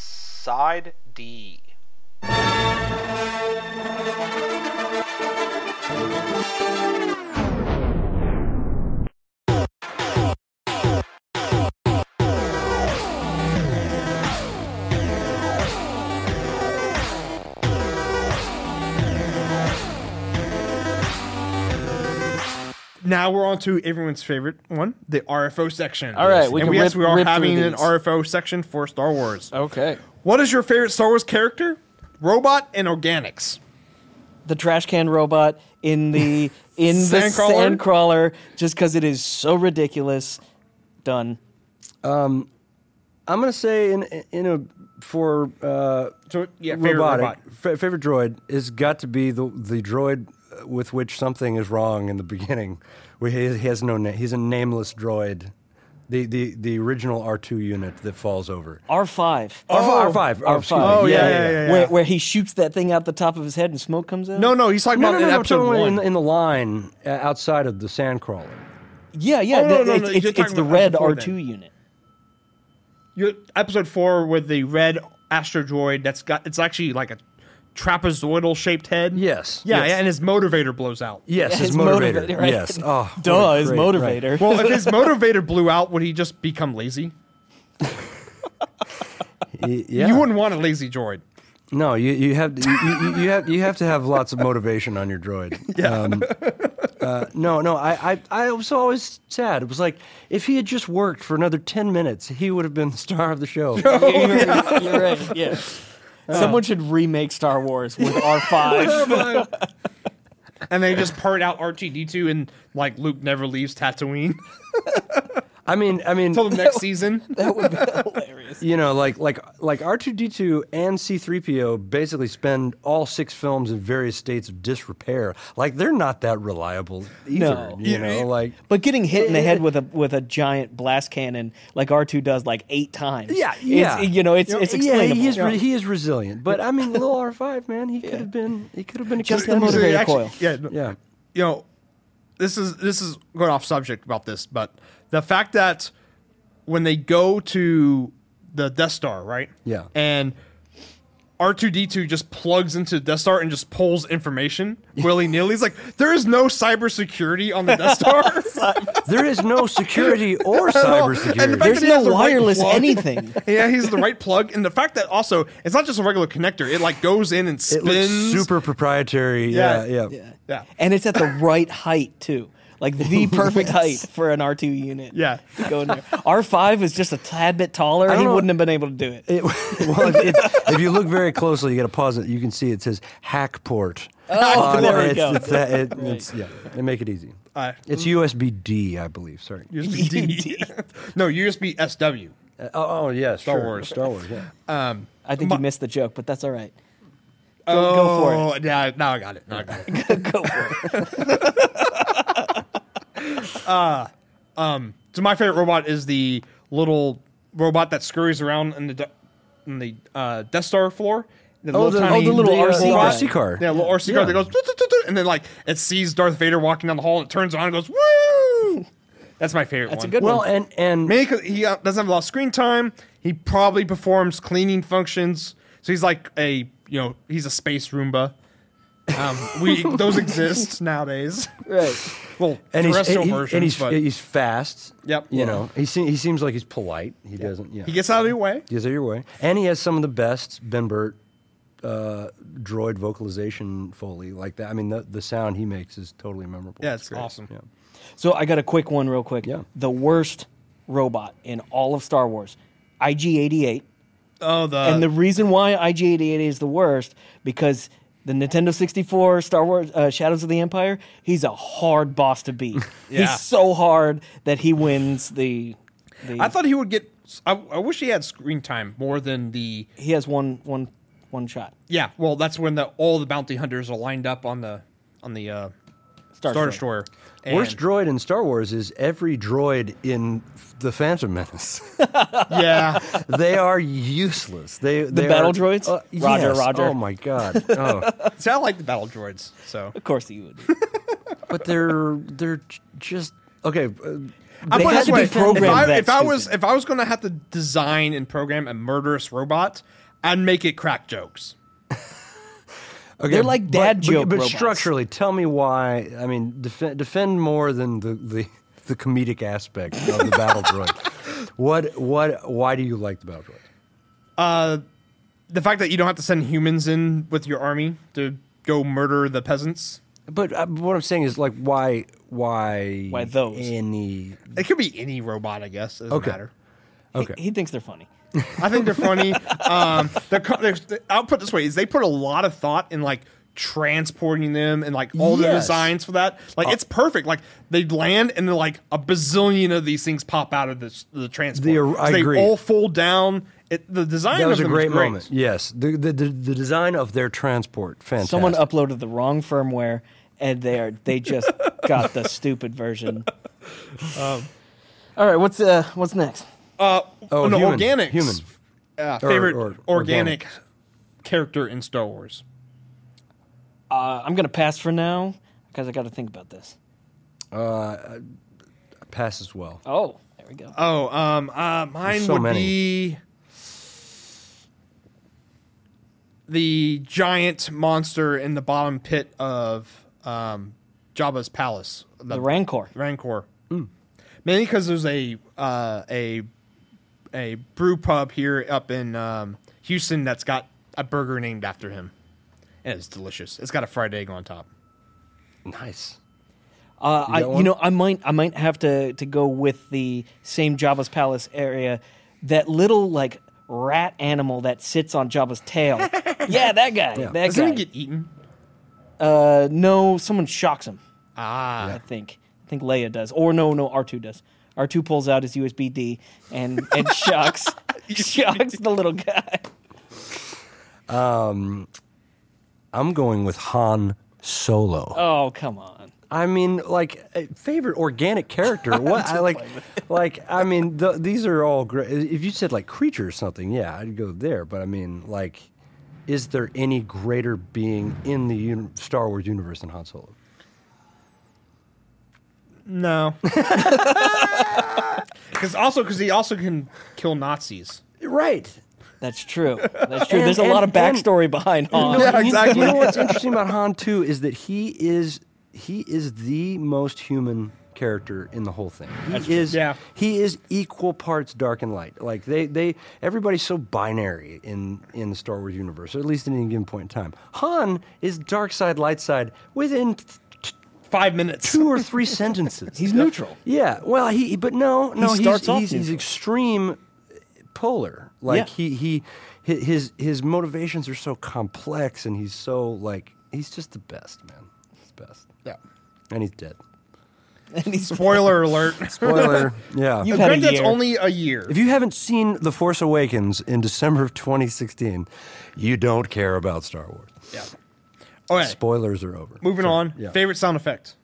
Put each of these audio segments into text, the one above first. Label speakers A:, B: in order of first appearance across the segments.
A: side D.
B: Now we're on to everyone's favorite one, the RFO section.
C: All right, we
B: and
C: can
B: we, yes,
C: rip-
B: we are
C: rip through
B: having an
C: these.
B: RFO section for Star Wars.
D: Oh.
C: Okay.
B: What is your favorite Star Wars character? Robot and organics.
C: The trash can robot in the in the
B: Sandcrawler?
C: sandcrawler, just because it is so ridiculous. Done.
D: I'm gonna say in in a for uh,
B: So yeah, favorite
D: robotic
B: robot.
D: fa- favorite droid has got to be the the droid with which something is wrong in the beginning. Where he, he has no name. He's a nameless droid. The the the original R2 unit that falls over.
C: R five.
D: R5, R5,
C: R5.
B: Oh, yeah, yeah, yeah, yeah.
C: Where, where he shoots that thing out the top of his head and smoke comes out.
B: No, no, he's talking
D: No, no,
B: about
D: no,
B: in
D: no, I'm
B: episode
D: talking about
B: one.
D: in, in the line uh, outside of the sandcrawler.
C: Yeah, yeah.
B: Oh,
C: the-
B: no, no, no,
C: it's
B: you're
C: it's,
B: talking
C: it's the
B: about
C: red
B: before
C: R
B: then.
C: two unit.
B: Your- episode four with the red asteroid that's got it's actually like a trapezoidal shaped head.
D: Yes,
B: Yeah,
D: yes.
B: yeah, and his motivator blows out.
D: Yes,
C: Yeah,
D: his,
C: his
D: motivator.
C: motivator, right?
D: Yes. Oh, what
C: Duh,
D: a
C: his
D: great- right.
C: motivator.
B: Well, if his motivator blew out, would he just become lazy?
D: Y- yeah.
B: You wouldn't want a lazy droid.
D: No, you, you have you, you, you have you have to have lots of motivation on your droid. Yeah. Um, uh, no, no, I, I I was always sad. It was like if he had just worked for another ten minutes, he would have been the star of the show.
C: you're, you're- you're right. Yeah. Someone should remake Star Wars with R five.
B: And they just part out R2D2 and like Luke never leaves Tatooine
D: I mean, I mean,
B: until the next season.
C: that would be hilarious.
D: you know, like like like R two D two and C three PO basically spend all six films in various states of disrepair. Like they're not that reliable either.
C: No.
D: You know, like
C: But getting hit in the head with a with a giant blast cannon like R two does like eight times.
D: Yeah,
C: It's-
D: yeah.
C: you know, it's it's explainable.
D: he is, re- he is resilient, but I mean, little R five man, he could have been he could have been a
C: Just the
D: contender.
C: motivator.
B: Actually,
C: coil.
B: Yeah, no-
D: Yeah.
B: You know, this is this is going off subject about this, but the fact that when they go to the Death Star, right?
D: Yeah.
B: And R two D two just plugs into the Death Star and just pulls information willy nilly. He's like, there is no cybersecurity on the Death Star.
D: There is no security or
B: fact
D: cybersecurity.
C: There's
B: that he has
C: no
B: the right
C: wireless
B: plug.
C: anything.
B: yeah, he's the right plug, and the fact that also it's not just a regular connector; it like goes in and
D: it
B: spins.
D: looks super proprietary. Yeah, yeah.
B: Yeah.
C: Yeah.
B: Yeah.
C: And it's at the right height too. Like the perfect height for an R two unit.
B: Yeah.
C: To go in there. R five is just a tad bit taller.
D: don't
C: He
D: know-
C: wouldn't have been able to do it.
D: It- well, if, if, if you look very closely, you got to pause it. You can see it says Hackport.
C: Oh,
D: on
C: there we
D: it's,
C: go.
D: It's, that- it- it's- yeah, they make it easy.
B: Uh,
D: It's USB D, I believe. Sorry.
B: USB D. no, USB SW.
D: Uh, oh, oh, yeah. Star
B: Wars.
D: Star Wars. Yeah.
C: I think you missed the joke, but that's all right. Go, go for it.
B: Oh, yeah. Now I got it. Now I got it.
C: go for it.
B: So my favorite robot is the little robot that scurries around in the de- in the uh, Death Star floor. The
D: Oh, the- oh, the little
C: RC
B: robot.
D: RC car.
B: Yeah, little RC car that
D: Yeah.
B: goes, "Tut-tut-tut-tut," and then like it sees Darth Vader walking down the hall, and it turns on and goes, "Woo!" That's my favorite
C: That's a
B: one.
C: good
D: Well,
C: one.
D: and and
B: Mainly 'cause he uh, doesn't have a lot of screen time. He probably performs cleaning functions, so he's like a you know he's a space Roomba. Um, we those exist nowadays.
C: Right.
B: Well,
D: and he's,
B: terrestrial
D: and, he-
B: versions,
D: and he's,
B: but
D: he's fast.
B: Yep.
D: You
B: Yeah.
D: know, he, se- he seems like he's polite. He doesn't. Yeah.
B: he gets out of your way.
D: He gets out of your way. And he has some of the best Ben Burt uh, droid vocalization foley like that. I mean, the, the sound he makes is totally memorable.
B: Yeah, it's
D: great.
B: awesome.
D: Yeah.
C: So I got a quick one, real quick.
D: Yeah.
C: The worst robot in all of Star Wars, IG88.
B: Oh, the
C: and the reason why IG88 is the worst because the Nintendo 64 Star Wars uh, Shadows of the Empire, he's a hard boss to beat.
B: Yeah.
C: He's so hard that he wins the. the
B: I thought he would get. I, I wish he had screen time more than the.
C: he has one one one shot.
B: Yeah, well, that's when the all the bounty hunters are lined up on the on the uh, Star, Destroyer. And-
D: Worst droid in Star Wars is every droid in f- the Phantom Menace.
B: yeah,
D: they are useless. They the
C: battle droids? Roger, Roger.
D: Oh my god. Oh,
B: see, I like the battle droids. So
C: Of course he would.
D: but they're they're j- just okay. Uh,
B: I put it
C: They had
B: this
C: to be
B: way,
C: programmed
B: If I,
C: that
B: if I was
C: stupid.
B: if I was going to have to design and program a murderous robot, I'd make it crack jokes.
D: Okay,
C: They're like
D: but-
C: dad
D: but,
C: joke
D: But
C: robots.
D: structurally, tell me why. I mean, defend, defend more than the, the, the comedic aspect of the battle droid. What what? Why do you like the battle droid?
B: The fact that you don't have to send humans in with your army to go murder the peasants.
D: But uh, what I'm saying is like why why
C: Why those?
D: any
B: It could be any robot, I guess. It doesn't
D: Okay.
B: matter.
D: okay
C: He, he thinks they're funny.
B: I think they're funny. um, they're, co- they're, I'll put it this way: is they put a lot of thought in like transporting them and like all the
D: Yes. Uh,
B: designs for that. Like it's perfect. Like they land and then like a bazillion of these things pop out of the s- the transport.
D: The- I
B: So they
D: agree.
B: all fold down. It, the design
D: that
B: of
D: was a
B: them is
D: great, moment. Yes, the, the the the design of their transport fantastic.
C: Someone uploaded the wrong firmware, and they are they just got the stupid version.
B: Um,
C: All right, what's uh, what's next?
B: Uh,
D: Oh,
B: oh, no,
D: human.
B: organics.
D: Human.
B: Uh, favorite
D: or
B: organic,
D: organic.
B: character in Star Wars.
C: Uh, I'm gonna pass for now because I got to think about this.
D: pass as well.
C: Oh, there we go.
B: Oh, um, uh, mine
D: so
B: would
D: many.
B: be the giant monster in the bottom pit of um, Jabba's palace.
C: the Rancor.
B: Rancor.
D: Hmm.
B: Mainly because there's a uh, a a brew pub here up in um, Houston that's got a burger named after him, and it's delicious. It's got a fried egg on top.
D: Nice.
C: Uh, I, you
D: got one?
C: know, I might, I might have to to go with the same Jabba's palace area. That little like rat animal that sits on Jabba's tail. yeah, that guy. That
B: Doesn't
C: guy.
B: he get eaten?
C: uh, no, someone shocks him.
B: Ah,
C: I think. I think Leia does, or no, no, R two does. R two pulls out his USB D and and shocks shocks the little guy.
D: I'm going with Han Solo.
C: Oh come on.
D: I mean, like uh, favorite organic character. What I like, like I mean, th- these are all great. If you said like creature or something, yeah, I'd go there. But I mean, like, is there any greater being in the uni- Star Wars universe than Han Solo?
B: No. Because also because he also can kill Nazis.
D: Right.
C: That's true. That's true.
D: And-
C: There's a
D: and-
C: lot of
D: and-
C: backstory behind Han.
B: Yeah,
D: You-
B: exactly.
D: You know what's interesting about Han too is that he is he is the most human character in the whole thing. He is
B: Yeah.
D: he is equal parts dark and light. Like they they everybody's so binary in in the Star Wars universe, or at least at any given point in time. Han is dark side, light side within t- t-
B: Five minutes.
D: two or three sentences.
C: He's neutral.
D: Yeah, well, he but no, no, he's
C: starts off
D: he's, he's
C: neutral.
D: extreme polar. Like
C: Yeah.
D: he he hi- his his motivations are so complex, and he's so like he's just the best man. He's the best,
B: Yeah.
D: and he's dead.
C: And he's
B: Spoiler alert.
D: Spoiler, yeah.
C: You- You've had a
B: Granted, that's
C: year.
B: only a year.
D: if you haven't seen The Force Awakens in December of 2016, you don't care about Star Wars.
B: yeah. Okay.
D: Spoilers are over.
B: moving
D: So,
B: on.
D: Yeah.
B: Favorite sound effect.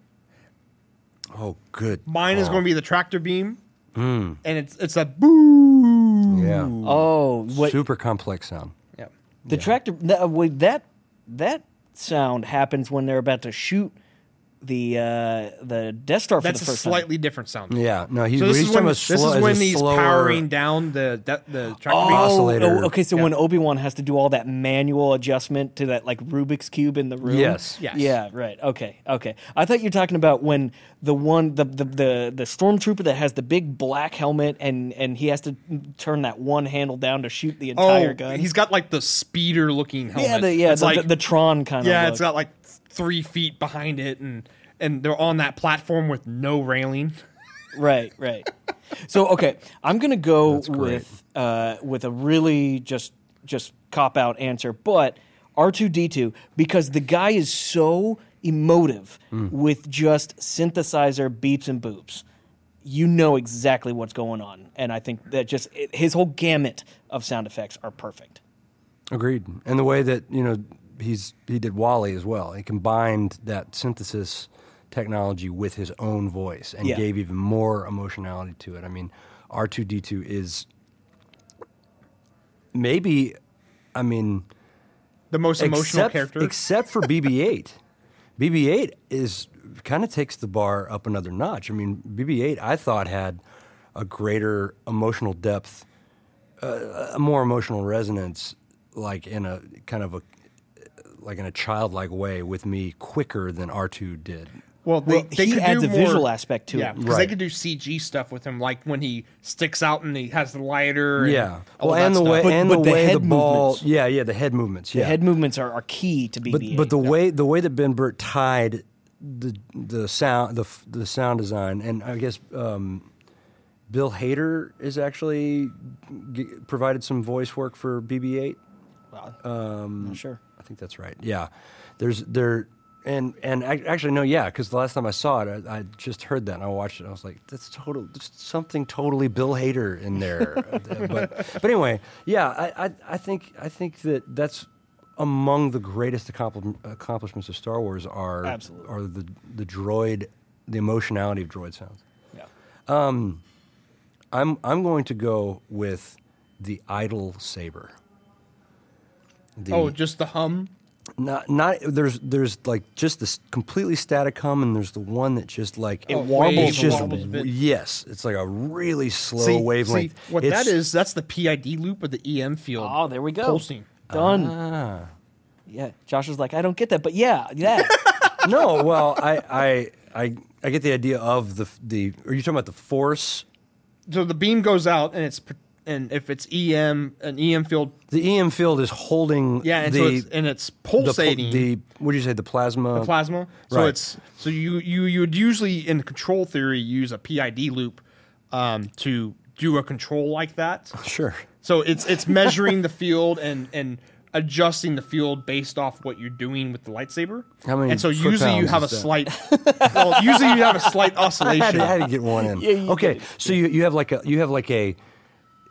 D: Oh, Hmm. good.
B: Mine is going to be the tractor beam, and it's it's a boo.
D: Yeah.
C: Oh, what
D: Super complex sound.
B: Yeah.
C: the tractor that, wait, that that sound happens when they're about to shoot the uh, the Death Star for
B: That's
C: the
B: a
C: first
B: slightly different sound.
D: Yeah. No, he,
B: So this
D: he's
B: is when
D: talking about
B: this
D: slow-
B: is
D: a
B: when he's
D: slower-
B: powering down the de- the tractor
C: time.
B: beam.
C: Oh,
D: oscillator.
C: oh, okay. So when Obi Wan has to do all that manual adjustment to that like Rubik's cube in the room.
D: Yes.
B: Yes.
C: Yeah. Right. Okay. Okay. I thought you were talking about when the one the the the, the stormtrooper that has the big black helmet and and he has to turn that one handle down to shoot the entire
B: Oh,
C: gun.
B: he's got like the speeder looking helmet.
C: yeah. The, yeah.
B: It's
C: The,
B: like
C: the, the Tron kind of.
B: Yeah, it's got like three feet behind it, and and they're on that platform with no railing.
C: Right, right. So okay, I'm gonna go
D: great.
C: with uh, with a really just just cop out answer, but R2D2 because the guy is so emotive
D: Hmm.
C: with just synthesizer beeps and boops. You know exactly what's going on, and I think that just it, his whole gamut of sound effects are perfect.
D: Agreed. And the way that you know he's he did Wally as well. He combined that synthesis technology with his own voice and
C: Yeah.
D: gave even more emotionality to it. I mean, R two D two is maybe, I mean,
B: The most emotional
D: except,
B: character.
D: except for BB eight. BB eight is kind of takes the bar up another notch. I mean, BB eight I thought had uh, a greater emotional depth a more emotional resonance like in a kind of a like in a childlike way with me quicker than R2 did.
B: Well, they,
C: Well,
B: they
C: he
B: could
C: adds
B: do
C: a
B: more,
C: visual aspect to
B: yeah,
C: it.
B: because they
D: Right.
B: could do CG stuff with him, like when he sticks out and he has the lighter. And
D: Yeah.
B: all
D: Well, and
B: that
D: the
B: stuff.
D: way
C: But-
D: and
C: but
D: the
C: the
D: way the
C: head
D: ball.
C: movements.
D: Yeah, yeah, the head movements.
C: The
D: Yeah.
C: head movements are, are key to BB-8.
D: but but the way the way that Ben Burt tied the the sound the f- the sound design and I guess um, Bill Hader is actually g- provided some voice work for BB-8.
C: Well, um, not sure.
D: I think that's right. Yeah, there's there and and ac- actually no, yeah, because the last time I saw it, I, I just heard that and I watched it. And I was like, that's total there's something totally Bill Hader in there. but but anyway, yeah, I, I I think I think that that's among the greatest accompli- accomplishments of Star Wars are
C: Absolutely.
D: are the the droid the emotionality of droid sounds.
C: Yeah.
D: I'm I'm going to go with the idle saber. The,
B: oh, just the hum.
D: not not there's there's like just this completely static hum and there's the one that just like
B: It
D: it's
B: wobbles
D: just
B: a little bit.
D: yes it's like a really slow
B: See-
D: wavelength
B: see, what
D: It's-
B: that is, that's the PID loop of the EM field.
C: Oh, there we go.
B: Pulsing.
C: Done.
D: ah.
C: Yeah. Josh was like, I don't get that, but yeah, yeah.
D: no well I, I I I get the idea of the the are you talking about the force
B: So the beam goes out, and it's pr- and if it's EM, an EM field,
D: the EM field is holding
B: yeah, and
D: the
B: so it's, and it's
D: the, pul-
B: pulsating.
D: the what do you say the plasma
B: plasma. So
D: Right.
B: it's so you you you would usually in control theory use a PID loop um, to do a control like that.
D: sure
B: So it's it's measuring the field and and adjusting the field based off what you're doing with the lightsaber.
D: How many
B: and so
D: foot
B: usually you
D: pounds
B: have a
D: is that?
B: slight. well, usually you have a slight
D: I had,
B: oscillation.
D: to, I had to get one in.
C: you
D: okay, so you, you have like a you have like a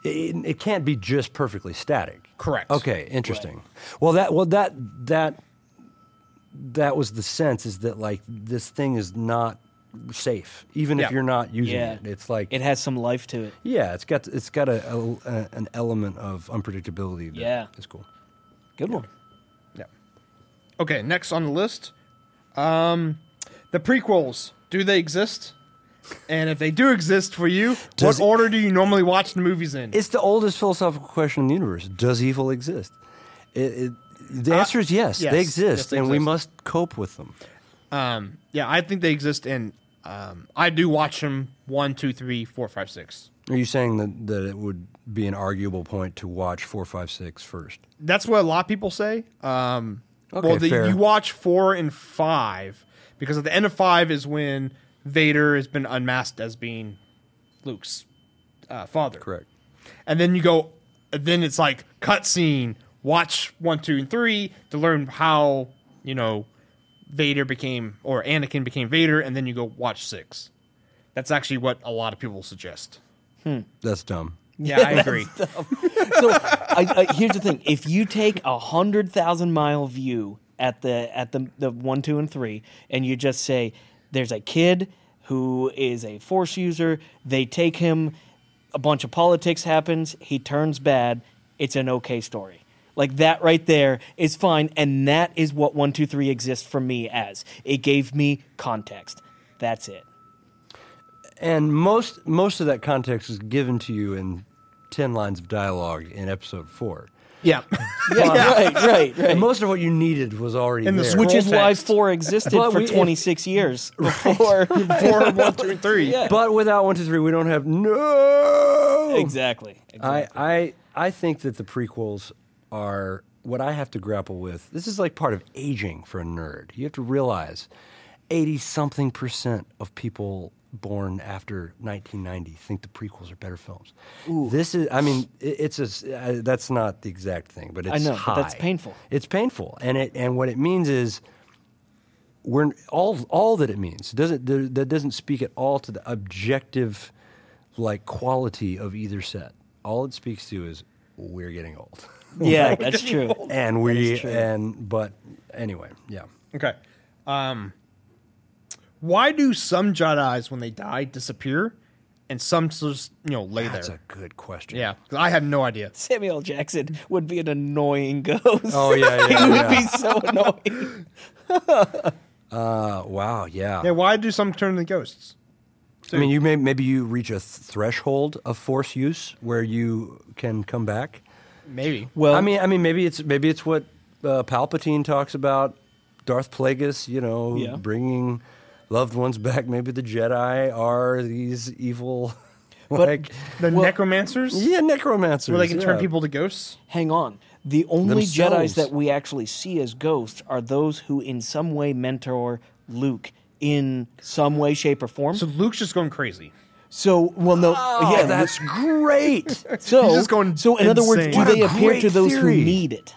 D: it, it can't be just perfectly static.
B: Correct.
D: Okay, interesting. Well, that well that that that was the sense is that like this thing is not safe even if
B: Yeah.
D: you're not using
C: yeah.
D: it. It's like
C: it has some life to it.
D: yeah, it's got it's got a, a, a- an element of unpredictability. That
C: Yeah.
D: is cool.
C: Good one.
B: Yeah. Okay. Next on the list, um, the prequels. Do they exist? And if they do exist for you,
D: Does it-
B: what order do you normally watch the movies in?
D: It's the oldest philosophical question in the universe: Does evil exist? It, it, the answer is yes,
B: yes,
D: they
B: yes,
D: exist,
B: they
D: and we
B: exist.
D: must cope with them.
B: Um, yeah, I think they exist, and um, I do watch them one, two, three, four, five, six.
D: Are you saying that, that it would be an arguable point to watch 456 first?
B: That's what a lot of people say. Um,
D: Okay,
B: well, the,
D: fair.
B: you watch four and five because at the end of five is when Vader has been unmasked as being Luke's uh, father.
D: Correct.
B: and then you go then it's like cutscene watch one two and three to learn how you know vader became or anakin became vader and then you go watch six that's actually what a lot of people suggest
D: That's dumb.
B: yeah i agree
C: So I, I, here's the thing: if you take a hundred thousand mile view at the at the the one, two, and three, and you just say, "There's a kid who is a force user," they take him. A bunch of politics happens. He turns bad. It's an okay story. Like that right there is fine, and that is what one, two, three exists for me as. It gave me context. That's it.
D: And most most of that context is given to you in 10 lines of dialogue in episode 4.
B: yeah
C: Yeah, right, right, right.
D: And most of what you needed was already
B: In the
D: there.
B: scroll-
C: Which is why
B: text.
C: four existed
D: But
C: for
D: we- if-
C: 26 years before.
B: four one two and three
C: Yeah.
D: but without 123 we don't have no
C: exactly.
D: I,
C: exactly.
D: I I think that the prequels are what I have to grapple with. This is like part of aging for a nerd. You have to realize 80 something percent of people born after 1990 think the prequels are better films. This is I mean it, it's a s- uh, that's not the exact thing, but it's
C: know,
D: high.
C: but that's painful.
D: It's painful. And it and what it means is we're all all that it means doesn't there, that doesn't speak at all to the objective like quality of either set. All it speaks to is we're getting old,
C: yeah, that's true.
D: and we
C: true.
D: and but anyway, yeah.
B: okay um why do some jedis when they die disappear and some just you know lay
D: That's
B: there
D: a good question.
B: yeah 'cause i have no idea
C: Samuel L. Jackson would be an annoying ghost. Oh,
D: yeah,
C: he
D: yeah,
C: would
D: yeah.
C: be so annoying.
D: Uh, wow. Yeah.
B: yeah why do some turn into ghosts
D: I mean, you may maybe you reach a th- threshold of force use where you can come back.
B: Maybe.
C: Well,
D: I mean, I mean, maybe it's maybe it's what uh, Palpatine talks about, Darth Plagueis. You know,
C: Yeah.
D: bringing loved ones back. Maybe the Jedi are these evil,
C: But-
D: like
B: The
C: Well-
B: necromancers?
D: yeah, necromancers.
B: Where they can turn
D: yeah.
B: people to ghosts?
C: hang on. The only
D: Themselves.
C: Jedi's that we actually see as ghosts are those who, in some way, mentor Luke in some way, shape, or form.
B: So
C: So,
B: Luke's just going crazy.
C: well, no,
D: Oh,
C: yeah,
D: that's great.
C: so.
B: he's just going
C: so, in other words,
B: insane.
C: do
B: What a
C: they appear
D: great
C: to those
D: theory.
C: who need it?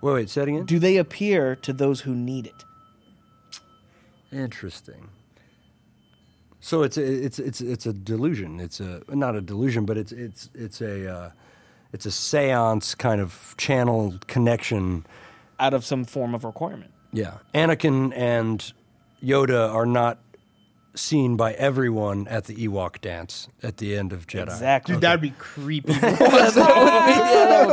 D: wait, wait, say it again.
C: Do they appear to those who need it?
D: Interesting. So it's a, it's it's it's a delusion. It's a not a delusion, but it's it's it's a uh, it's a séance kind of channel connection.
C: Out of some form of requirement.
D: Yeah. Anakin and Yoda are not seen by everyone at the Ewok dance at the end of Jedi.
C: Exactly.
B: Dude, that'd be creepy.
D: They'd be like,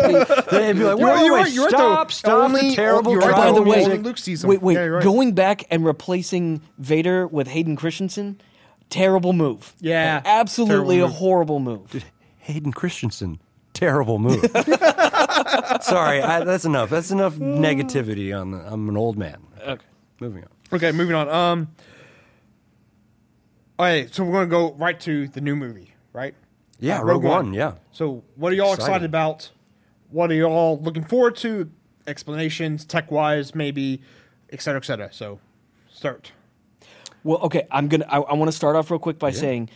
B: You're-
D: wait,
B: you're
D: wait,
B: right, you're right,
D: stop,
B: though.
D: stop
B: Only-
D: the terrible
B: you're right,
C: Oh,
D: tribal
C: by the
B: Only
C: way,
D: music."
B: Luke sees him.
C: wait, wait,
B: Yeah, you're right.
C: going back and replacing Vader with Hayden Christensen, terrible move.
B: Yeah,
C: absolutely
B: terrible
C: a
B: move.
C: horrible move.
D: Hayden Christensen, terrible move. Sorry, I, that's enough. That's enough negativity on the, I'm an old man.
C: Okay.
D: Moving on.
B: okay, moving on. Um. All right, so we're gonna go right to the new movie, right?
D: Yeah,
B: Uh,
D: Rogue One, yeah.
B: So, what are y'all excited.
D: Exciting.
B: about? What are y'all looking forward to? Explanations, tech wise, maybe, et cetera, et cetera. So, start.
C: Well, okay, I'm gonna. I, I want to start off real quick by saying,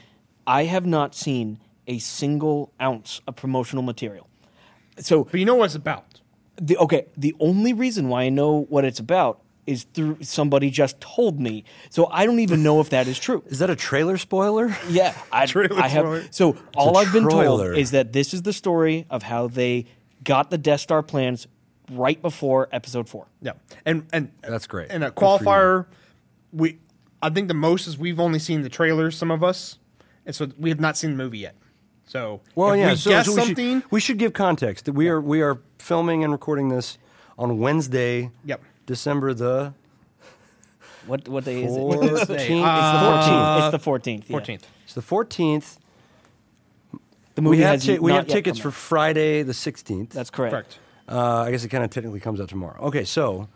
C: I have not seen a single ounce of promotional material. So
B: But you know what it's about.
C: the okay, the only reason why I know what it's about is through somebody just told me. So I don't even know if that is true.
D: Is that a trailer spoiler?
C: Yeah, I,
B: Trailer
C: I
B: trailer.
C: have. So all
D: a
C: I've been
D: trailer.
C: told is that this is the story of how they got the Death Star plans right before Episode Four.
B: Yeah, and and
D: That's great.
B: And a
D: Good for you.
B: qualifier, we I think the most is we've only seen the trailers, some of us, and so we have not seen the movie yet. So
D: Well,
B: if
D: yeah.
B: we
D: so,
B: guess
D: so we
B: something.
D: Should, we should give context. that We are we are filming and recording this on Wednesday.
B: Yep.
D: December the
C: What what day is it? uh,
D: fourteenth. It's the
B: Wednesday?
D: fourteenth.
C: it's the fourteenth.
B: uh, Fourteenth.
D: It's the fourteenth.
C: The
D: We
C: movie
D: have
C: has
D: ti- we
C: not
D: have
C: yet
D: tickets
C: come
D: for
C: out.
D: Friday the sixteenth.
C: That's correct.
B: Correct.
D: Uh, I guess it kind of technically comes out tomorrow. Okay, so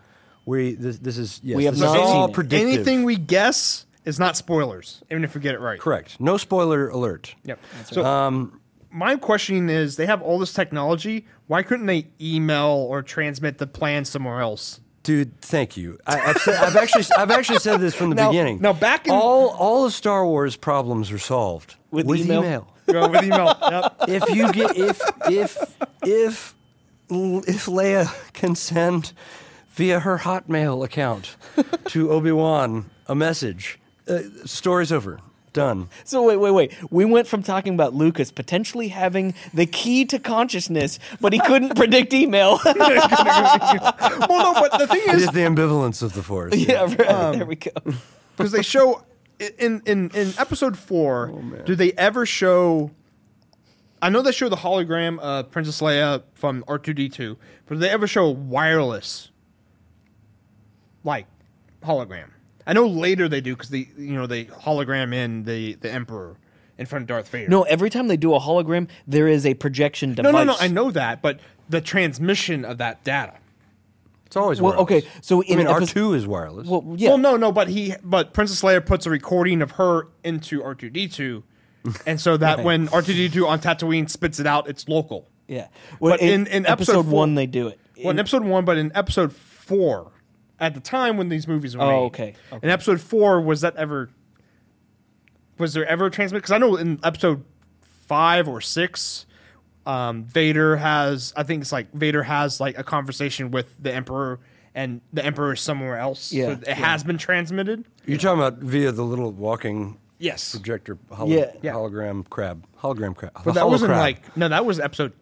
D: we this, this is yes,
C: We have
D: this
C: not
D: is all
C: seen it.
D: predictive.
B: Anything we guess is not spoilers, even if we get it right.
D: correct? No spoiler alert.
B: Yep. So
C: Um,
B: my question is, they have all this technology. Why couldn't they email or transmit the plan somewhere else?
D: Dude, thank you. I, I've, said, I've actually I've actually said this from the
B: Now-
D: beginning.
B: now back in-
D: all all of Star Wars problems are solved
C: With email?
B: Go with email. Yep.
D: if you get if if if L- if Leia can send via her Hotmail account to Obi Wan a message, uh, story's over. Done.
C: So wait, wait, wait. We went from talking about Lucas potentially having the key to consciousness, but he couldn't predict email. yeah,
B: well, no, but the thing
D: It
B: is,
D: is the ambivalence of the Force.
C: right,
B: um,
C: there we go.
B: because they show in in in episode four, do they ever show? I know they show the hologram of Princess Leia from R two D two, but do they ever show a wireless like hologram? I know later they do because they you know they hologram in the the Emperor in front of Darth Vader.
C: No, every time they do a hologram, there is a projection
B: no,
C: device.
B: no, no. I know that, but the transmission of that data.
D: It's always
C: Well,
D: wireless.
C: okay, so
D: I
C: in
D: mean, R
C: episode-
D: two is wireless.
C: Well, yeah.
B: Well, no, no, but he, but Princess Leia puts a recording of her into R two D two, and so that when R two D two on Tatooine spits it out, it's local.
C: Yeah. Well,
B: But in- in episode four-
C: one, they do it.
B: Well, in episode one, but in episode four, at the time when these movies were
C: Oh,
B: made,
C: okay, okay.
B: In episode four, was that ever? Was there ever a transmit? Because I know in episode five or six, um, Vader has. I think it's like Vader has like a conversation with the Emperor, and the Emperor is somewhere else.
C: Yeah,
B: so it has been transmitted.
D: You're talking about via the little walking
B: Yes.
D: projector holo-
C: Yeah.
B: Yeah.
D: hologram crab. Hologram crab.
B: But that wasn't like no, that was episode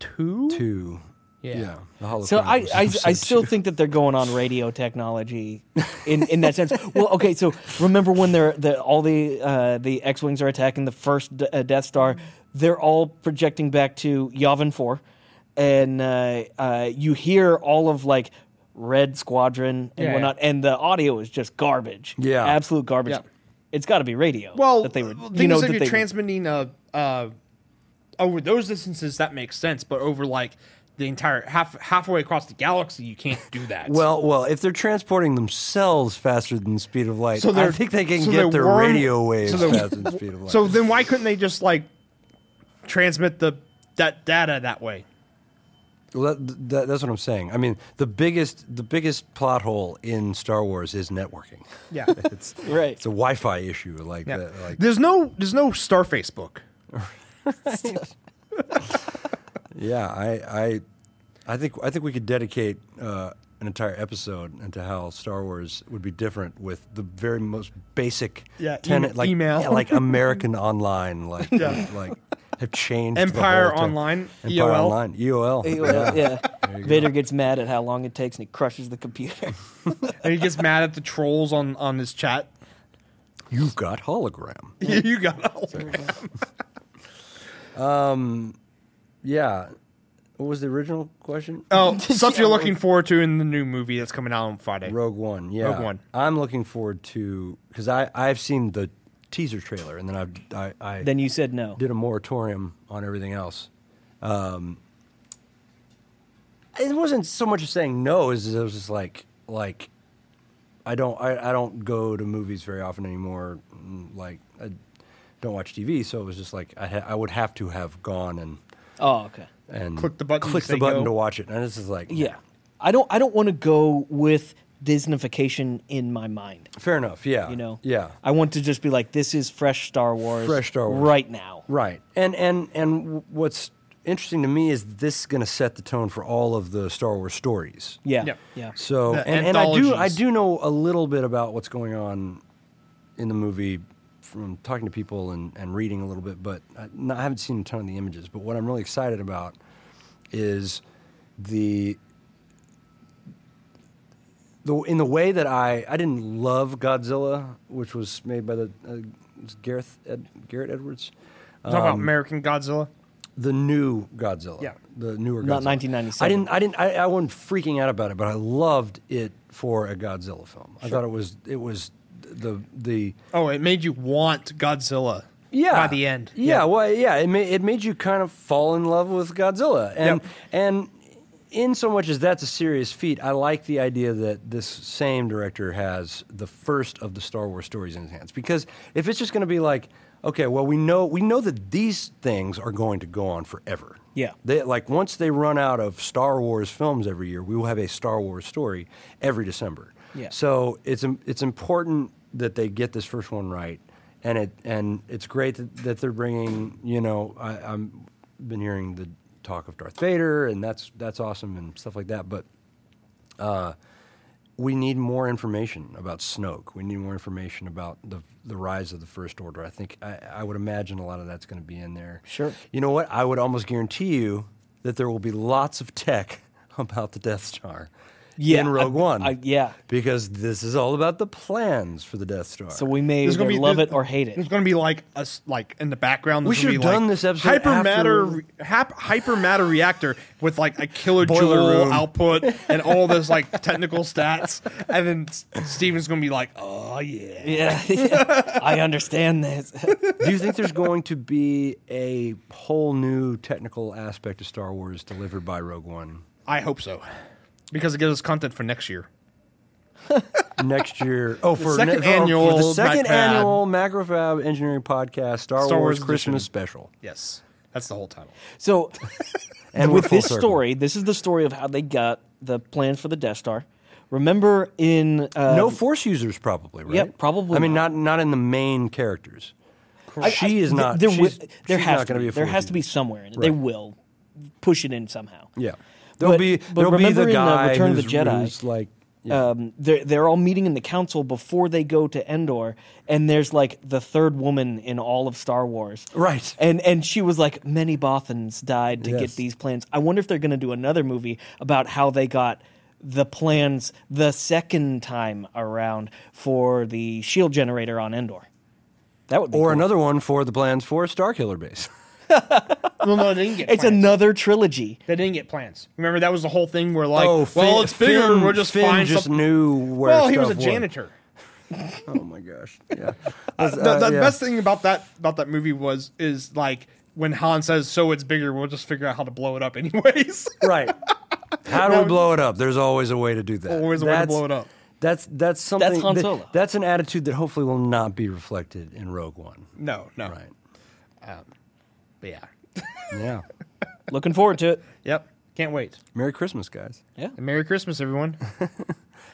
B: two.
D: two.
B: Yeah.
D: the hologram
C: So I,
D: was
C: I,
D: episode
C: I still
D: two.
C: think that they're going on radio technology in, in that sense. Well, okay, so remember when they're the, all the uh, the X wings are attacking the first D- uh, Death Star? They're all projecting back to Yavin Four, and uh, uh, you hear all of like Red Squadron and
B: Yeah,
C: whatnot, and the audio is just garbage.
D: Yeah.
C: absolute garbage.
B: Yeah.
C: It's got to be radio.
B: Well,
C: that they were
B: well,
C: you
B: things
C: know
B: like
C: that
B: you're
C: they were-
B: transmitting a, a uh, over those distances that makes sense, but over like the entire half halfway across the galaxy, you can't do that.
D: Well, well, if they're transporting themselves faster than the speed of light,
B: So
D: I
B: they're-
D: think they can
B: so
D: get
B: they're
D: their
B: worm-
D: radio waves
B: so they're-
D: faster than the speed of light.
B: so then why couldn't they just like transmit the that data that way?
D: Well, that, that, that's what I'm saying. I mean, the biggest the biggest plot hole in Star Wars is networking.
B: Yeah.
D: It's
C: Right.
D: It's a Wi-Fi issue, like
B: Yeah.
D: that. Like,
B: there's no there's no Starface book.
D: yeah, I, I, I think I think we could dedicate uh, an entire episode into how Star Wars would be different with the very most basic
B: Yeah,
D: tenet,
B: e-
D: like
B: email.
D: yeah, like American Online, like
B: Yeah.
D: like have changed the
B: Empire
D: whole thing.
B: Online, E
D: Empire
B: EOL.
D: Online, E EOL,
C: Yeah.
D: you go.
C: Vader gets mad at how long it takes and he crushes the computer.
B: And he gets mad at the trolls on on his chat.
D: You've got hologram.
B: you got all
D: Yeah. What was the original question?
B: Oh, stuff you're looking forward to in the new movie that's coming out on Friday.
D: Rogue One. Yeah.
B: Rogue One.
D: I'm looking forward to because I I've seen the teaser trailer and then I've, I I
C: then you said no.
D: did a moratorium on everything else. Um, it wasn't so much as saying no as it was just like like I don't I, I don't go to movies very often anymore. mm, Like I don't watch TV, so it was just like I ha- I would have to have gone and
C: Oh, okay.
D: and
B: Click the button to
D: click the
B: say
D: button
B: go.
D: to watch it. And this is like
C: Yeah. I don't I don't want to go with Disneyfication in my mind.
D: fair enough. Yeah,
C: You know?
D: Uh, yeah.
C: I want to just be like, this is fresh Star Wars
D: Fresh Star Wars.
C: right now.
D: Right. And and and w- what's interesting to me is this is going to set the tone for all of the Star Wars stories.
C: Yeah.
B: Yep.
C: Yeah.
D: So
B: The
D: and, and I do I
B: anthologies.
D: do know a little bit about what's going on in the movie from talking to people and, and reading a little bit, but I, no, I haven't seen a ton of the images. But what I'm really excited about is the the in the way that I I didn't love Godzilla, which was made by the uh, was Gareth Ed, Garrett Edwards
B: Talk about American Godzilla.
D: the new Godzilla.
B: Yeah.
D: The newer Godzilla.
C: Not 1997.
D: I didn't I didn't I, I wasn't freaking out about it, but I loved it for a Godzilla film. I thought it was it was the the
B: Oh, it made you want Godzilla.
D: yeah
B: By the end.
D: Yeah, well yeah, it made it made you kind of fall in love with Godzilla. And
B: Yep.
D: and in so much as that's a serious feat, I like the idea that this same director has the first of the Star Wars stories in his hands. Because if it's just gonna be like, okay, well we know we know that these things are going to go on forever.
C: Yeah.
D: They like once they run out of Star Wars films every year, we will have a Star Wars story every December.
C: Yeah.
D: So it's im- it's important that they get this first one right, and it and it's great that, that they're bringing. You know, I, I'm been hearing the talk of Darth Vader, and that's that's awesome and stuff like that. But we need more information about Snoke. We need more information about the the rise of the First Order. I think I, I would imagine a lot of that's going to be in there.
C: Sure.
D: You know what? I would almost guarantee you that there will be lots of tech about the Death Star
C: Yeah,
D: in Rogue
C: I-
D: One.
C: I- yeah.
D: Because this is all about the plans for the Death Star.
C: So we may
B: There's
C: either
B: gonna be
C: love
B: there's-
C: it or hate
B: There's
C: it.
B: gonna be like us, like in the background.
D: We
B: there's gonna
D: should've
B: be, like,
D: done this episode
B: Hypermatter, hap, hypermatter reactor with like a
D: Boiler
B: kilojoule
D: room.
B: output and all this like technical stats, and then S- Steven's gonna be like, "Oh yeah,
C: Yeah. I understand this.
D: Do you think there's going to be a whole new technical aspect of Star Wars delivered by Rogue One?
B: I hope so," because it gives us content for next year.
D: next year. Oh, for
B: second
D: ne- for- for
B: annual
D: the second
B: MacFab.
D: annual Macrofab Engineering Podcast Star,
B: Star Wars
D: Wars, Christmas
B: edition.
D: special.
B: Yes, that's the whole title.
C: So
D: And we're
C: with
D: full
C: this
D: circle.
C: story, this is the story of how they got the plans for the Death Star. Remember in uh,
D: no force users, probably right?
C: Yep, probably
D: I mean, not not in the main characters. she is
C: Th-
D: not.
C: There, wi-
D: she's,
C: there
D: she's
C: has
D: not
C: to
D: going
C: be.
D: be. a
C: there
D: force
C: has to be
D: user.
C: somewhere in it. They
D: Right.
C: will push it in somehow.
D: Yeah, there'll be
C: but
D: there'll be
C: remember
D: the
C: in, uh,
D: guy
C: Return of the
D: who's,
C: Jedi,
D: who's like. yeah.
C: Um, they're they're all meeting in the council before they go to Endor, and there's like the third woman in all of Star Wars,
D: Right.
C: And and she was like, many Bothans died to
D: Yes.
C: get these plans. I wonder if they're going to do another movie about how they got the plans the second time around for the shield generator on Endor. That would be
D: or
C: cool.
D: another one for the plans for Starkiller Base.
B: Well, no, they didn't get.
C: It's
B: plans.
C: another trilogy.
B: They didn't get plans. Remember that was the whole thing where like,
D: oh,
B: well,
D: Finn-
B: it's bigger.
D: Finn,
B: we'll just
D: Finn
B: find
D: just
B: something.
D: knew where.
B: Well, he was a
D: stuff
B: janitor.
D: Oh my gosh! Yeah,
B: the, the
D: Uh, yeah.
B: best thing about that about that movie was is like when Han says, "So it's bigger," we'll just figure out how to blow it up, anyways.
D: Right. How do we blow it up? There's always a way to do that.
B: Always a way to
D: That's-
B: blow it up.
D: That's that's something.
C: Han
D: that-
C: Solo.
D: that's an attitude that hopefully will not be reflected in Rogue One.
B: no, no.
D: Right.
B: But yeah.
D: Yeah.
C: Looking forward to it.
B: Yep. Can't wait.
D: Merry Christmas, guys.
C: Yeah.
B: And Merry Christmas, everyone.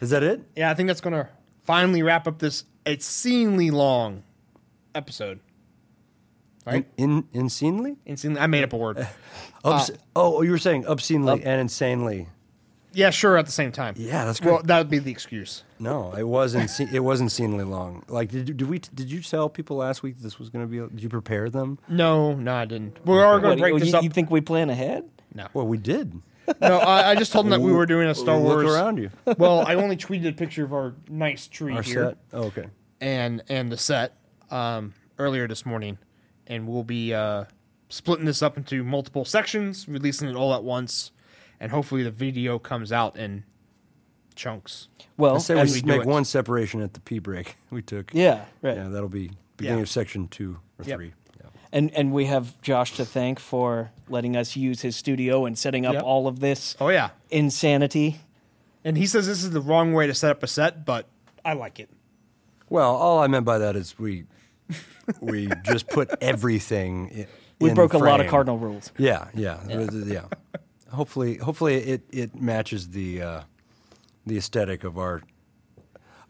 D: Is that it?
B: yeah, I think that's gonna finally wrap up this exceedingly long episode. Right?
D: In, in insanely?
B: Insanely, I made up a word. Uh,
D: Obs- oh, you were saying obscenely and insanely.
B: Yeah, sure. At the same time.
D: Yeah, that's
B: Well,
D: great.
B: that would be the excuse.
D: No, it wasn't. it wasn't insanely long. Like, did, did we? Did you tell people last week this was going to be? Did you prepare them?
B: No, no, I didn't. We are going
C: What,
B: to
C: oh,
D: oh,
B: break
C: you,
B: this up.
C: you think we plan ahead?
B: no,
D: Well, we did.
B: no. I, I just told them that we were doing a Star
D: Look
B: Wars.
D: around you.
B: well, I only tweeted a picture of our nice tree
D: Our
B: here
D: set. Oh, okay.
B: and and the set um, earlier this morning, and we'll be uh, splitting this up into multiple sections, releasing it all at once, and hopefully the video comes out in chunks.
C: Well,
D: I said
B: as
D: we
B: we
D: should
B: do
D: make
B: it.
D: one separation at the pee break we took.
C: Yeah, right.
D: Yeah, that'll be beginning
B: Yeah.
D: of section two or
B: Yep.
D: three. Yeah.
C: and and we have Josh to thank for letting us use his studio and setting up
B: Yep.
C: all of this
B: Oh yeah,
C: insanity.
B: and he says this is the wrong way to set up a set, but I like it.
D: Well, all I meant by that is we we just put everything. i- In,
C: We broke a lot of
D: frame.
C: cardinal rules.
D: Yeah, yeah, yeah. yeah. hopefully, hopefully it it matches the uh, the aesthetic of our.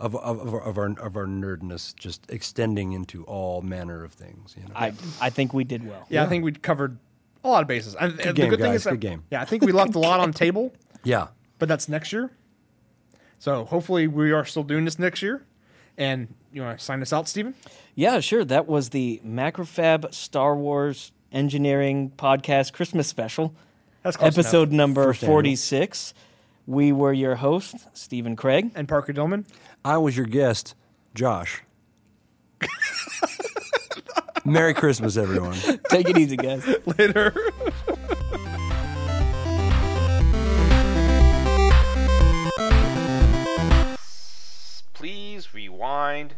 D: Of, of, of, our- of our of our nerdness just extending into all manner of things, you know.
C: I I think we did well.
B: Yeah, I think we covered a lot of bases. And, and
D: game,
B: the good thing
D: guys.
B: is that,
D: Good game.
B: Yeah, I think we left a lot on the table,
D: yeah,
B: but that's next year. So hopefully we are still doing this next year. And you want to sign us out, Steven?
C: Yeah, sure. That was the Macrofab Star Wars Engineering Podcast Christmas Special,
B: That's close
C: episode
B: enough.
C: number
D: First annual.
C: 46. We were your host, Stephen Craig.
B: And Parker Dillman.
D: I was your guest, Josh. Merry Christmas, everyone.
C: Take it easy, guys.
B: Later.
A: Please rewind